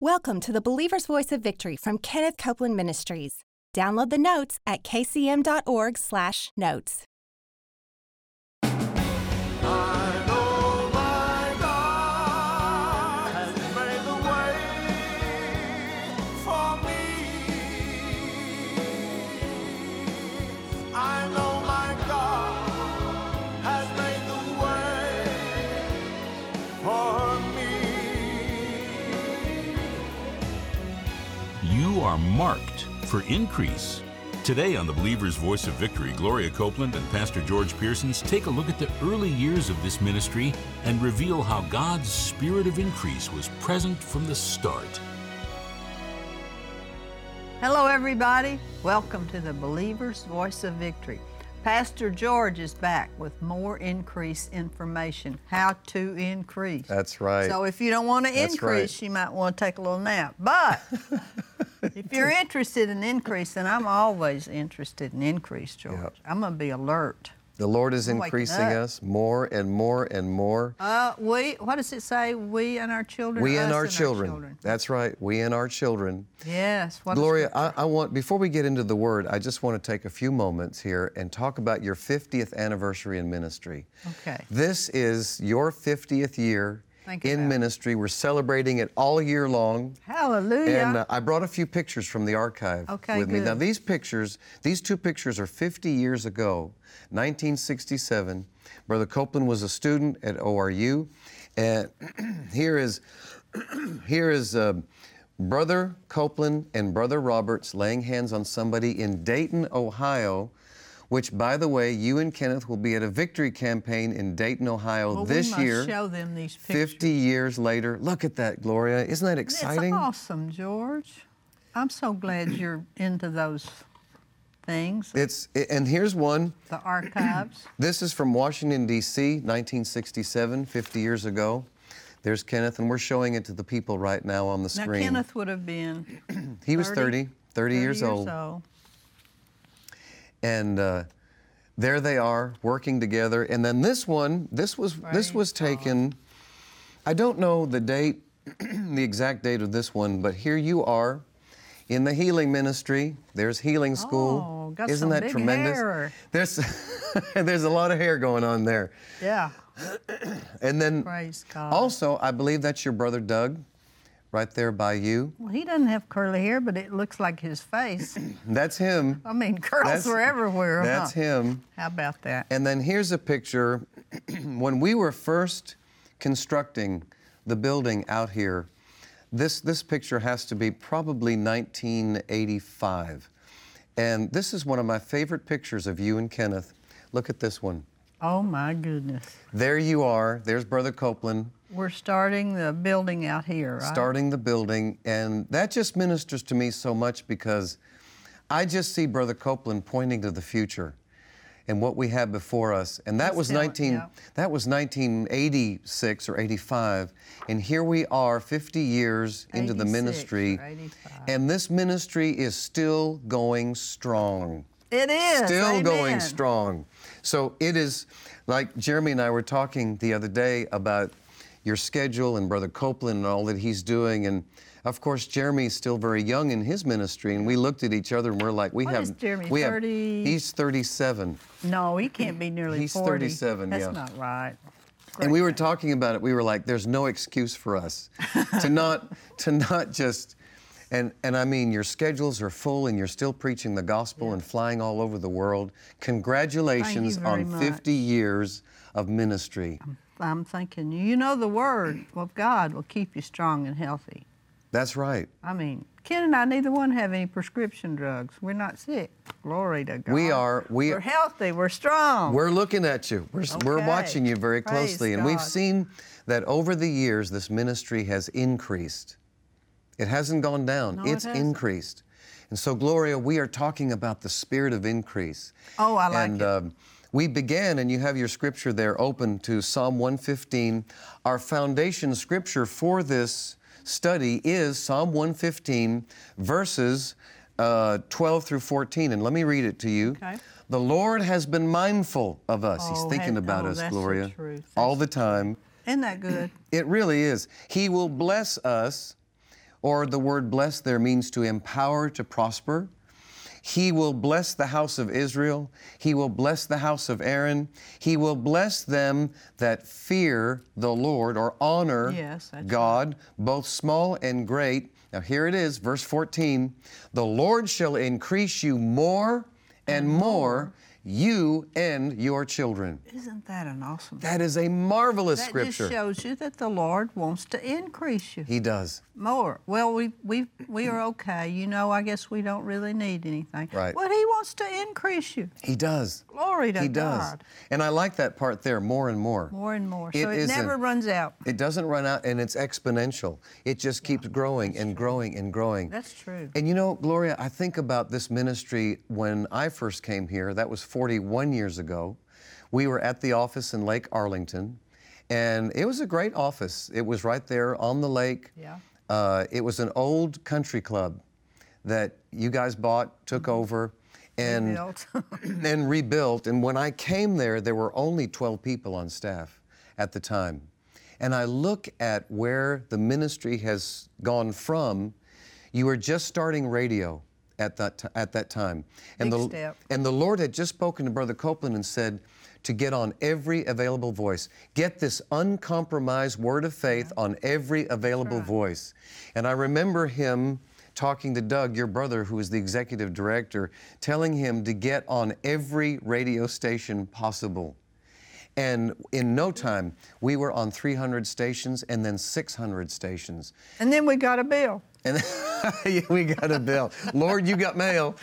Welcome to the Believer's Voice of Victory from Kenneth Copeland Ministries. Download the notes at kcm.org/notes. I know my God has made the way for me. I know my God has made the way for me. You are marked for increase. Today on the Believer's Voice of Victory, Gloria Copeland and Pastor George Pearsons take a look at the early years of this ministry and reveal how God's spirit of increase was present from the start. Hello, everybody. Welcome to the Believer's Voice of Victory. Pastor George is back with more increase information how to increase. That's right. So, if you don't want to That's increase, right. you might want to take a little nap. But if you're interested in increase, and I'm always interested in increase, George, Yep. I'm going to be alert. the Lord is I'm waking increasing up. us more and more and more. Uh, we, what does it say? We and our children. we us and our children. That's right. We and our children. Yes. What a Gloria, scripture. I, I want, before we get into the word, I just want to take a few moments here and talk about your 50th anniversary in ministry. Okay. This is your 50th year Think about in it. ministry. We're celebrating it all year long. Hallelujah. And uh, I brought a few pictures from the archive Okay, with me. Now, good. these pictures, these two pictures are 50 years ago, 1967. Brother Copeland was a student at ORU. And here is, here is uh, Brother Copeland and Brother Roberts laying hands on somebody in Dayton, Ohio. Which, by the way, you and Kenneth will be at a victory campaign in Dayton, Ohio well, we this must year. show them these pictures. 50 years later. Look at that, Gloria. Isn't that exciting? It's awesome, George. I'm so glad you're into those things, It's and here's one. the archives. This is from Washington D.C., 1967, 50 years ago. There's Kenneth, and we're showing it to the people right now on the now, screen. Kenneth would have been 30, he was 30, 30, 30 years, old, and uh, there they are working together. And then this one, this was Praise this was taken. I don't know the date, the exact date of this one, but here you are. In the healing ministry, there's healing school. Oh, got Isn't some that big tremendous? hair. There's there's a lot of hair going on there. Yeah, And then praise God. Also, I believe that's your brother Doug, right there by you. well, he doesn't have curly hair, but it looks like his face. That's him. I mean, curls That's- were everywhere. That's huh? him. How about that? And then here's a picture when we were first constructing the building out here. This this picture has to be probably 1985. And this is one of my favorite pictures of you and Kenneth. Look at this one. Oh my goodness. There you are. There's brother Copeland. We're starting the building out here, right? starting the building, and that just ministers to me so much because I just see Brother Copeland pointing to the future and what we have before us. And that was still- 19 yeah. that was 1986 or 85, and here we are 50 years into 86 the or ministry. 85. And this ministry is still going strong It is still going amen. strong. So it is like Jeremy and I were talking the other day about your schedule and Brother Copeland and all that he's doing. And of course, Jeremy's still very young in his ministry. And we looked at each other and we're like, we What have. is Jeremy, we 30? Have, he's 37. No, he can't be nearly He's 40. 37, That's yeah. not right. And we were talking about it. We were like, there's no excuse for us to not to not just and and I mean your schedules are full and you're still preaching the gospel and flying all over the world. Congratulations very Um, on 50 years of ministry. I'm thinking, you know, the word of God will keep you strong and healthy. That's right. I mean, Ken and I, neither one have any prescription drugs. We're not sick. Glory to God. We are we We're healthy. We're strong. We're looking at you. We're, s we're Okay. watching you very Praise closely. And we've God. seen that over the years, this ministry has increased. It hasn't gone down, it it's hasn't. increased. And so, Gloria, we are talking about the spirit of increase. Oh, I like and, it. um, we began, and you have your scripture there open to Psalm 115. Our foundation scripture for this study is Psalm 115, verses uh, 12 through 14. And let me read it to you. Okay. The Lord has been mindful of us. Oh, He's thinking and- about oh, us, that's the Gloria, truth. all the time. Isn't that good? It really is. He will bless us or the word bless there means to empower, to prosper. He will bless the house of Israel. He will bless the house of Aaron. He will bless them that fear the Lord or honor Yes, that's God, both small and great. Now, here it is, verse 14 The Lord shall increase you more and more, you and your children. Isn't that an awesome That is a marvelous That scripture. just shows you that the Lord wants to increase you he does. more. Well, we we we are okay. You know, I guess we don't really need anything. Right. Well, He wants to increase you. He does. Glory to he does. God. And I like that part there more and more. More and more. so It it is a- never runs out. It doesn't run out and it's exponential. It just keeps growing and growing and growing. That's true. And you know, Gloria, I think about this ministry when I first came here. That was 41 years ago. We were at the office in Lake Arlington, and it was a great office. It was right there on the lake. Yeah. Uh, it was an old country club that you guys bought, took Mm-hmm. over, and Rebuilt. and rebuilt. And when I came there, there were only 12 people on staff at the time. And I look at where the ministry has gone from. You were just starting radio at that, ti- at that time. And Big the, step. and the Lord had just spoken to Brother Copeland and said to get on every available voice. Get this uncompromised word of faith on every available voice. And I remember him talking to Doug, your brother, who is the executive director, telling him to get on every radio station possible. And in no time, we were on 300 stations and then 600 stations. and then we got a bill. And we got a bill. Lord, you got mail.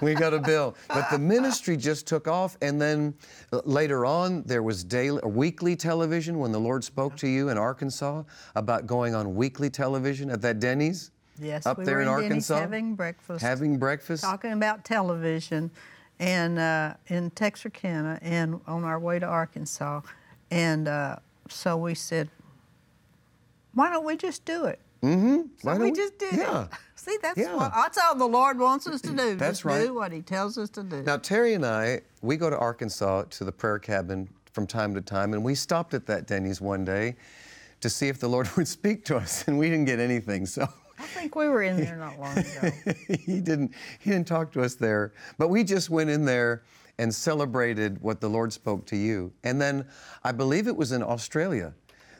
We got a bill. But the ministry just took off. And then uh, later on, there was daily or weekly television when the Lord spoke to you in Arkansas about going on weekly television at that Denny's Yes, up we there were in in Denny's Arkansas. having breakfast. Having breakfast. talking about television and uh, in Texarkana and on our way to Arkansas. And uh, so we said, why don't we just do it? So Why we don't we- just did Yeah. it. See, that's, Yeah. what, that's all the Lord wants us to do. That's just right. do what He tells us to do. Now, Terry and I, we go to Arkansas to the prayer cabin from time to time, and we stopped at that Denny's one day to see if the Lord would speak to us, and we didn't get anything. So. I think we were in there not long ago. he didn't he didn't talk to us there but we just went in there and celebrated what the lord spoke to you and then i believe it was in australia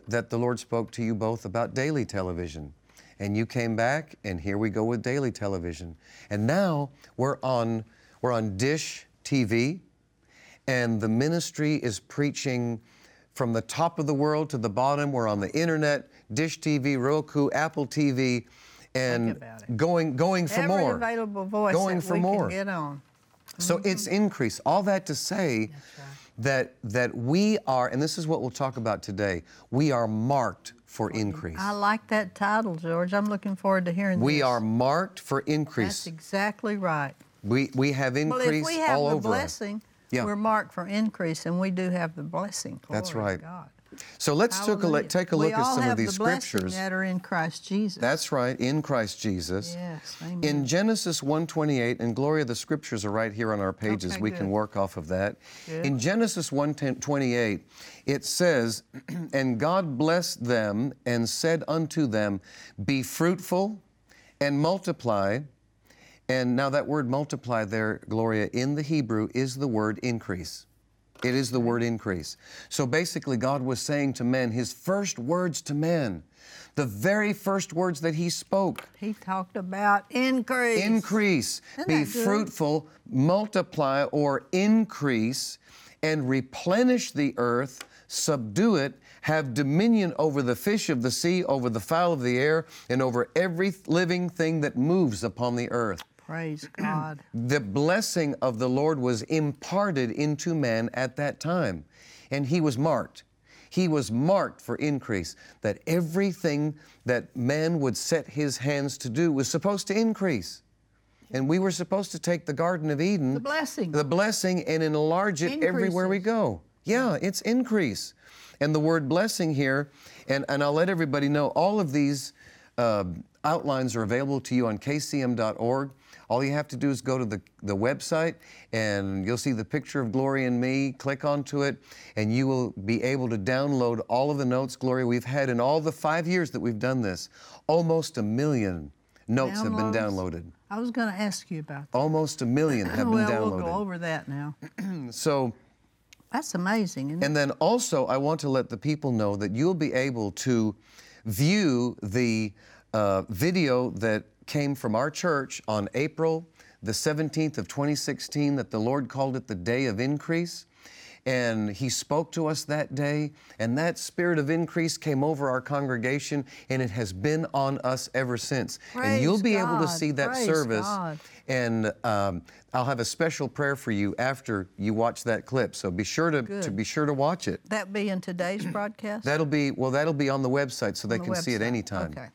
that the lord spoke to you both about daily television and you came back and here we go with daily television and now we're on we're on dish tv and the ministry is preaching from the top of the world to the bottom. We're on the internet, Dish TV, Roku, Apple TV, and about it. going going for Every more. available voice Going that for we more. can get on. So Mm-hmm. it's increase. All that to say that that we are, and this is what we'll talk about today. We are marked for increase. I like that title, George. I'm looking forward to hearing We this. are marked for That's increase. exactly right. We we have Well, if increase we have all the over us. blessing, Yeah. we're marked for increase, and we do have the blessing. Glory That's to right. God. So let's take a, Hallelujah. look- take a We look at all some have of these the blessing scriptures. that are in Christ Jesus. That's right, in Christ Jesus. yes. Amen. In Genesis 1:28, and Gloria, the scriptures are right here on our pages. Okay, we good. can work off of that. In Genesis 1:28, it says, "And God blessed them and said unto them, Be fruitful and multiply." And now that word multiply there, Gloria, in the Hebrew is the word increase. It is the word increase. So basically, God was saying to men, His first words to men, the very first words that He spoke he talked about increase. increase, Isn't be that good? fruitful, multiply or increase, and replenish the earth, subdue it, have dominion over the fish of the sea, over the fowl of the air, and over every living thing that moves upon the earth. Praise God. The blessing of the Lord was imparted into man at that time, and he was marked. He was marked for increase, that everything that man would set his hands to do was supposed to increase. And we were supposed to take the Garden of Eden, The blessing. the blessing, and enlarge it everywhere we go. Yeah, it's increase. And the word blessing here, and, and I'll let everybody know all of these uh, uh, outlines are available to you on kcm.org. All you have to do is go to the, the website and you'll see the picture of Glory and me. Click onto it and you will be able to download all of the notes, Gloria, we've had in all the five years that we've done this. Almost a million notes have been Downloads. downloaded. I was going to ask you about that. Almost a million have been well, downloaded. we'll go over that now. So, That's amazing. Isn't it? and then also, I want to let the people know that you'll be able to view the uh, video that came from our church on April the 17th of 2016, that the Lord called it the Day of Increase. And he spoke to us that day, and that spirit of increase came over our congregation, and it has been on us ever since. and you'll Praise be able to God. see that Praise service God. and um, I'll have a special prayer for you after you watch that clip. So be sure to, to be sure to watch it. that be in today's broadcast? That'll be well. That'll be on the website, so they the can see it website. anytime. Okay.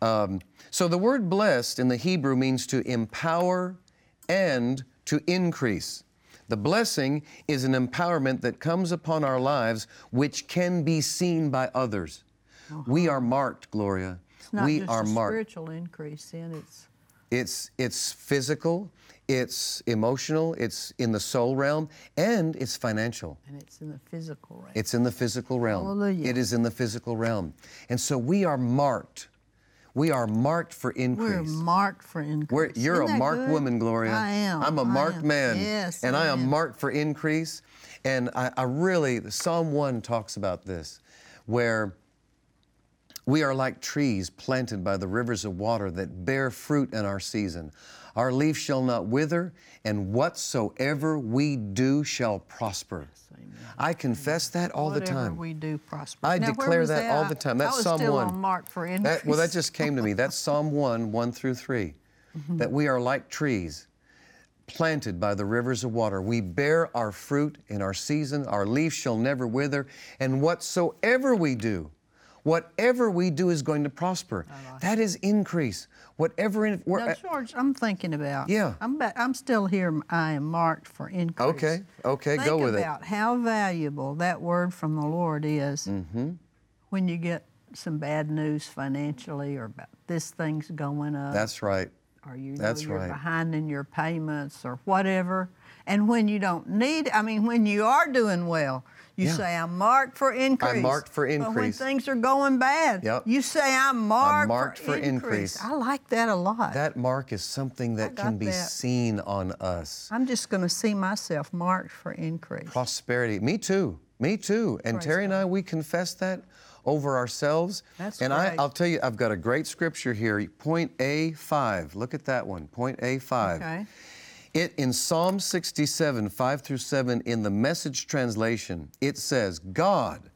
Um, so the word blessed in the Hebrew means to empower and to increase. The blessing is an empowerment that comes upon our lives, which can be seen by others. We are marked, Gloria. Uh-huh. it's not we just are a marked. spiritual increase, then it's It's it's physical, it's emotional, it's in the soul realm, and it's financial. and it's in the physical realm. It's in the physical realm. Hallelujah. It is in the physical realm. And so we are marked. We are marked for We're increase. marked for increase. We're- you're Isn't a that marked good? woman, Gloria. I am. I'm I a marked am. man. Yes. And I, am am. marked for increase. And I, I really, Psalm 1 talks about this, where we are like trees planted by the rivers of water that bear fruit in our season. Our leaf shall not wither, and whatsoever we do shall prosper. I confess that all the Whatever time. we do prosper. I Now, where declare was that all the time. That's I was Psalm still 1. on marked for increase. That, well, that just came to me. That's Psalm 1, 1 through 3. Mm-hmm. That we are like trees planted by the rivers of water. We bear our fruit in our season, our leaf shall never wither, and whatsoever we do, whatever we do is going to prosper. that is increase. Whatever, in, where- uh, Now, George, I'm thinking about. Yeah. I'm, ba- I'm still here. I am marked for increase. Okay, okay, Think go with it. about how valuable that word from the Lord is Mm-hmm. when you get some bad news financially or about this thing's going up That's right. or you know that's you're right. behind in your payments or whatever. And when you don't need, I mean, when you are doing well, you Yeah. say, I'm marked for increase. marked for But when increase. things are going bad, Yep. you say, I'm marked, marked for increase. I like that a lot. That mark is something that can got be that. seen on us. I'm just going to see myself marked for increase. prosperity. Me too. Me too. And Praise Terry and I, we confess that over ourselves. That's and I, great. I'll tell you, I've got a great scripture here, point A5. Look at that one, point A5. Okay. It in Psalm 67, 5 through 7, in the message translation, it says, God,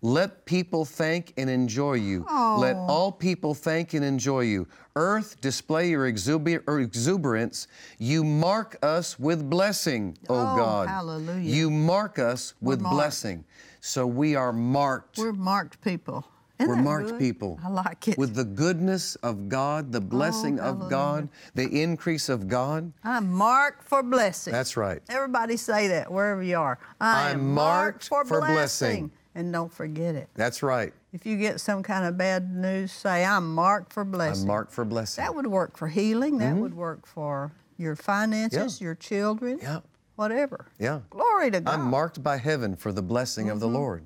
let people thank and enjoy you. Let all people thank and enjoy you. Earth, display your exuber- or exuberance. You mark us with blessing, O Oh, God. hallelujah. You mark us with marked. blessing. So we are marked. We're marked people. Isn't We're that marked good? people. I like it. With the goodness of God, Oh, the blessing of God, the increase of God. I'm marked for blessing. That's right. Everybody say that wherever you are. I I'm am marked marked, for, for blessing. blessing. And don't forget it. That's right. If you get some kind of bad news, say, I'm marked for blessing. I'm marked for blessing. That would work for healing. That would work for your finances, your children, Yeah. whatever. Yeah. Glory to God. I'm marked by heaven for the blessing of the Lord.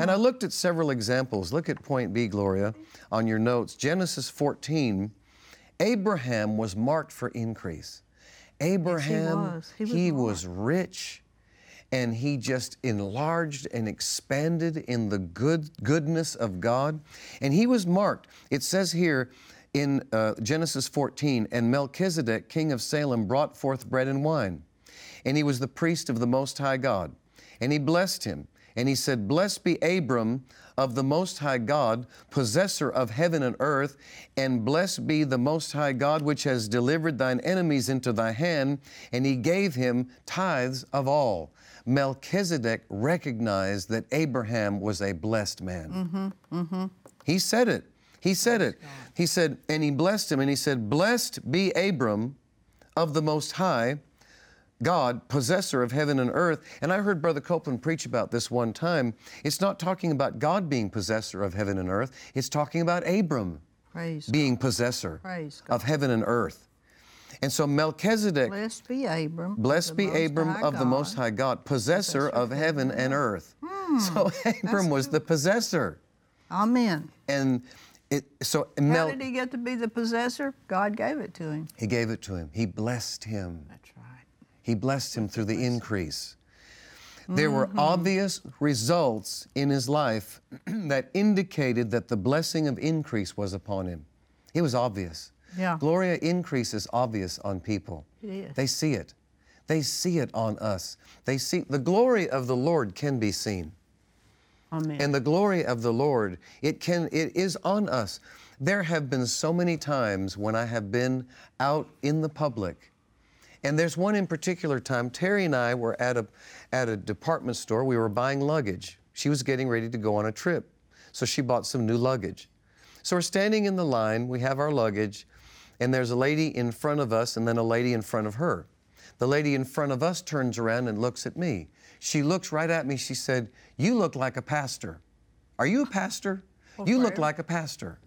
And I looked at several examples. Look at point B, Gloria, on your notes. Genesis 14, Abraham was marked for increase. Abraham, was. He was was rich and he just enlarged and expanded in the good goodness of God. And he was marked. It says here in uh, Genesis 14, and Melchizedek, king of Salem, brought forth bread and wine. And he was the priest of the Most High God. And he blessed him. And he said, Blessed be Abram of the Most High God, possessor of heaven and earth, and blessed be the Most High God, which has delivered thine enemies into thy hand. And he gave him tithes of all. Melchizedek recognized that Abraham was a blessed man. He said it. He said it. He said, and he blessed him, and he said, Blessed be Abram of the Most High. God, possessor of heaven and earth. And I heard Brother Copeland preach about this one time. It's not talking about God being possessor of heaven and earth, it's talking about Abram. Praise being possessor Praise God. of heaven and earth. And so Melchizedek, Blessed be Abram. of blessed the be Most Abram High of the God. Most High God, possessor of heaven and earth. Hmm, So Abram was the possessor. Amen. And it, so How Mel, did he get to be the possessor? God gave it to him. he gave it to him, he blessed him. That's right. He blessed him through the increase. There were Mm-hmm. obvious results in his life that indicated that the blessing of increase was upon him. It was obvious. Yeah. Gloria increase is obvious on people. It is. They see it. They see it on us. They see the glory of the Lord can be seen. Amen. And the glory of the Lord, it can it is on us. There have been so many times when I have been out in the public. And there's one in particular time Terry and I were at a at a department store. We were buying luggage. She was getting ready to go on a trip. So she bought some new luggage. So we're standing in the line, we have our luggage, and there's a lady in front of us and then a lady in front of her. The lady in front of us turns around and looks at me. She looks right at me. She said, You look like a pastor. Are you a pastor? Oh, you look like a pastor.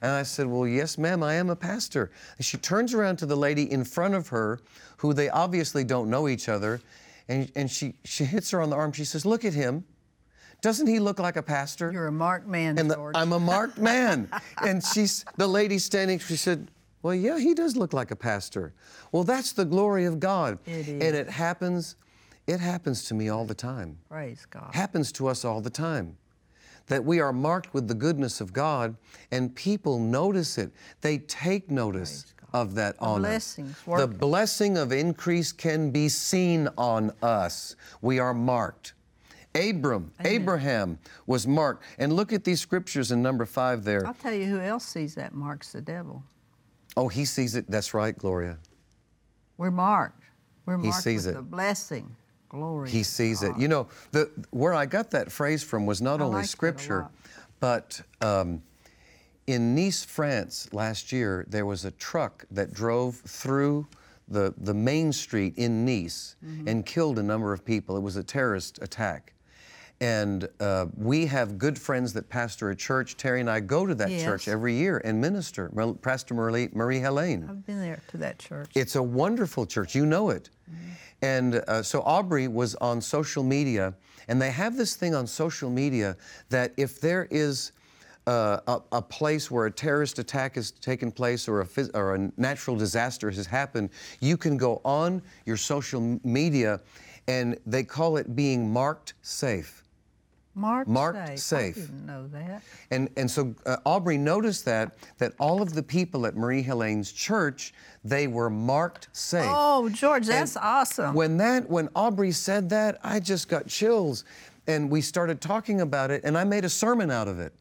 and I said, Well, yes, ma'am, I am a pastor. And she turns around to the lady in front of her, who they obviously don't know each other, and, and she, she hits her on the arm. She says, Look at him. Doesn't he look like a pastor? You're a marked man, and the- George. I'm a marked man. and she's the lady standing. She said, "Well, yeah, he does look like a pastor." Well, that's the glory of God, It and it happens. It happens to me all the time. Praise God. Happens to us all the time. That we are marked with the goodness of God, and people notice it. They take notice of that on blessings us. The working. blessing of increase can be seen on us. We are marked. Abram, Abraham was marked. And look at these scriptures in number five there. I'll tell you who else sees that marks the devil. Oh, he sees it. That's right, Gloria. We're marked. We're He marked sees with it. the blessing. Glory. He sees it. You know, the where I got that phrase from was not Ah. I only like that a scripture, lot. but um, in Nice, France, last year there was a truck that drove through the the main street in Nice Mm-hmm. and killed a number of people. It was a terrorist attack. And uh, we have good friends that pastor a church. Terry and I go to that church Yes. every year and minister. Mer- Pastor Marie, Marie Helene. I've been there to that church. It's a wonderful church. You know it. And uh, so Aubrey was on social media, and they have this thing on social media that if there is uh, a, a place where a terrorist attack has taken place or a, phys- or a natural disaster has happened, you can go on your social m- media, and they call it being marked safe. Marked, Marked safe. I didn't know that. And, and so uh, Aubrey noticed that that all of the people at Marie Helene's church they were marked safe. Oh, George, that's awesome. When that, when Aubrey said that, I just got chills, and we started talking about it, and I made a sermon out of it.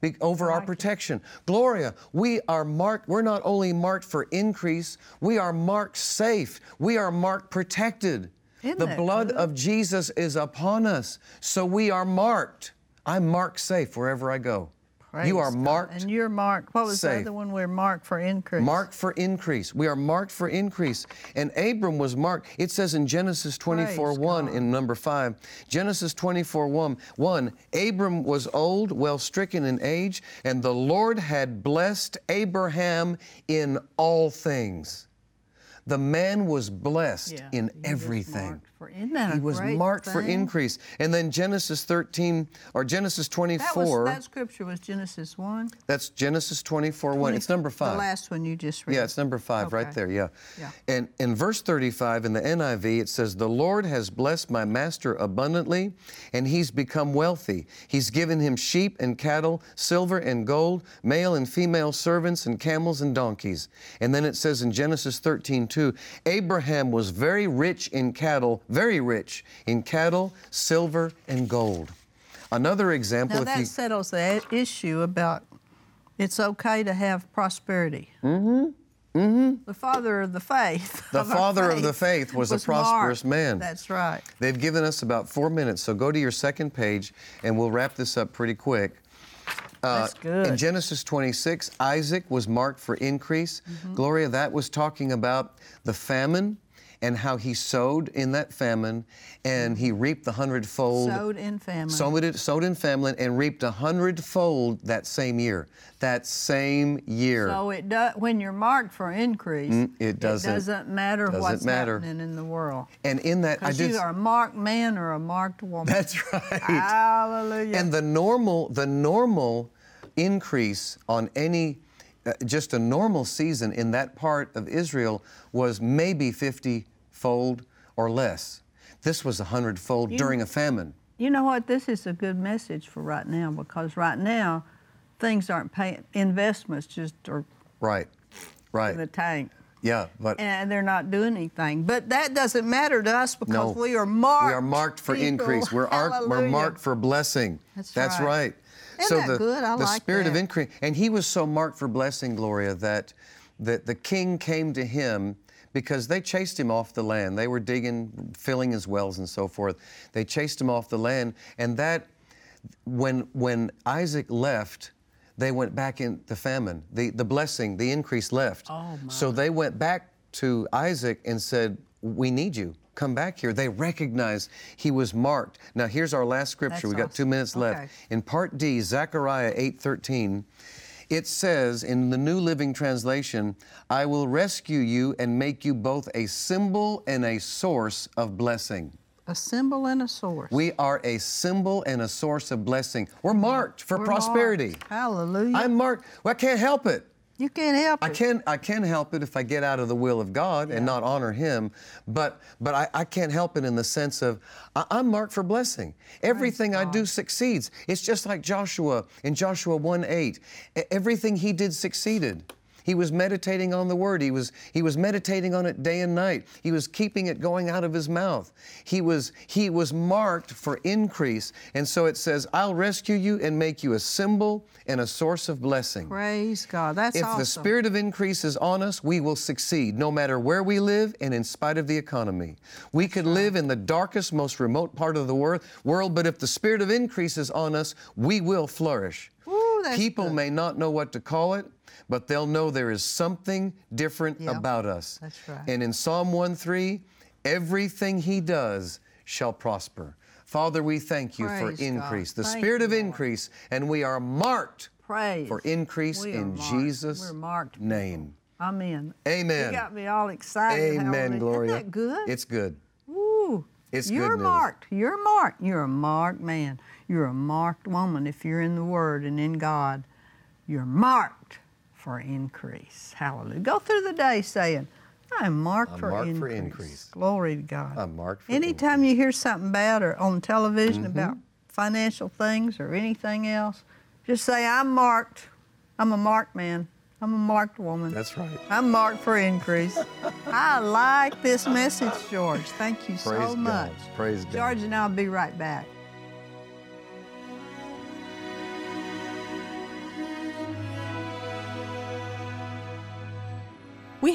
Be, over our protection. Gloria, we are marked, we're not only marked for increase, we are marked safe, we are marked protected. Isn't the that blood good? of Jesus is upon us, so we are marked. I'm marked safe wherever I go. Praise you are God. marked And you're marked. What was safe. the other one? We're marked for increase. Marked for increase. We are marked for increase. And Abram was marked. It says in Genesis 24 Praise 1 in number 5. Genesis 24 1, 1 Abram was old, well stricken in age, and the Lord had blessed Abraham in all things. The man was blessed Yeah, in he was everything. marked for- isn't that He a was great marked for thing? increase. And then Genesis 13 or Genesis That 24, was that scripture was Genesis one. that's Genesis 24 1. It's number 5. The last one you just read. Yeah, it's number five right Okay. there. Yeah. Yeah. And in verse 35 in the NIV, it says, The Lord has blessed my master abundantly, and he's become wealthy. He's given him sheep and cattle, silver and gold, male and female servants, and camels and donkeys. And then it says in Genesis 13, 2, Abraham was very rich in cattle, very rich in cattle, silver, and gold. Another example, Now if that you. settles the i- issue about it's okay to have prosperity. Mm-hmm. Mm-hmm. The father of the faith. The of our father of the faith was a prosperous marked. man. That's right. They've given us about four minutes, so go to your second page and we'll wrap this up pretty quick. Uh, That's good. In Genesis 26, Mm-hmm. Isaac was marked for increase. Gloria, that was talking about the famine and how he sowed in that famine and he reaped the hundredfold. Mm-hmm. Sowed in famine. Sowed, it, sowed in famine and reaped a hundredfold that same year. That same year. So it does when you're marked for increase. Mm, it doesn't- matter doesn't what's matter. happening in the world. and in that, I Because did. you are a marked man or a marked woman. that's right. Hallelujah. And the normal, the normal increase on any, uh, just a normal season in that part of Israel was maybe 50 fold or less. This was a hundredfold during a famine. you know what? This is a good message for right now because right now, things aren't paying. Investments just are Right, in the right. tank. Yeah, but and they're not doing anything. But that doesn't matter to us no. because we are marked. We are marked for people. increase. We're, ar- we're Hallelujah. marked for blessing. That's That's right. right. Isn't that the, good? I the like spirit of that. increase. And he was so marked for blessing, Gloria, that, that the king came to him because they chased him off the land. They were digging, filling his wells and so forth. They chased him off the land. And that, when, when Isaac left, they went back in the famine. The, the blessing, the increase left. Oh, my. So they went back to Isaac and said, We need you. Come back here. They recognized he was marked. Now, here's our last scripture. That's We've got two awesome. minutes left. Okay. In part D, Zechariah 8:13, it says in the New Living Translation, "I will rescue you and make you both a symbol and a source of blessing." a symbol and a source. We are a symbol and a source of blessing. We're marked for We're prosperity. marked. Hallelujah. I'm marked. Well, I can't help it. you can't help I it. can I can help it if I get out of the will of God and not honor Him, but but I, I can't help it in the sense of I, I'm marked for blessing. Everything I do succeeds. It's just like Joshua in Joshua 1 8. Everything he did succeeded. He was meditating on the word. He was he was meditating on it day and night. He was keeping it going out of his mouth. He was he was marked for increase. And so it says, I'll rescue you and make you a symbol and a source of blessing. Praise God. That's If awesome. the spirit of increase is on us, we will succeed no matter where we live and in spite of the economy. We could live in the darkest, most remote part of the wor- world, but if the spirit of increase is on us, we will flourish. Ooh, that's People good. may not know what to call it, but they'll know there is something different Yep, about us. that's right. And in Psalm 1 3, everything he does shall prosper. Father, we thank you Praise for God. increase, the Thank spirit you, of Lord. increase, and we are marked Praise. for increase We are in marked. Jesus' We're marked. name. I'm in. Amen. You got me all excited. Amen, Hallelujah. Gloria. Isn't that good? It's good. Ooh, It's you're good news. marked. You're marked. You're a marked man. You're a marked woman. If you're in the Word and in God, you're marked for increase. Hallelujah. Go through the day saying, I'm marked, I'm for, marked increase. for increase. Glory to God. I'm marked for Mm-hmm. Anytime you hear something bad or on television about financial things or anything else, just say, I'm marked. I'm a marked man. I'm a marked woman. That's right. I'm marked for increase. I like this message, George. Thank you Praise so God. much. Praise God. George and I'll be right back. We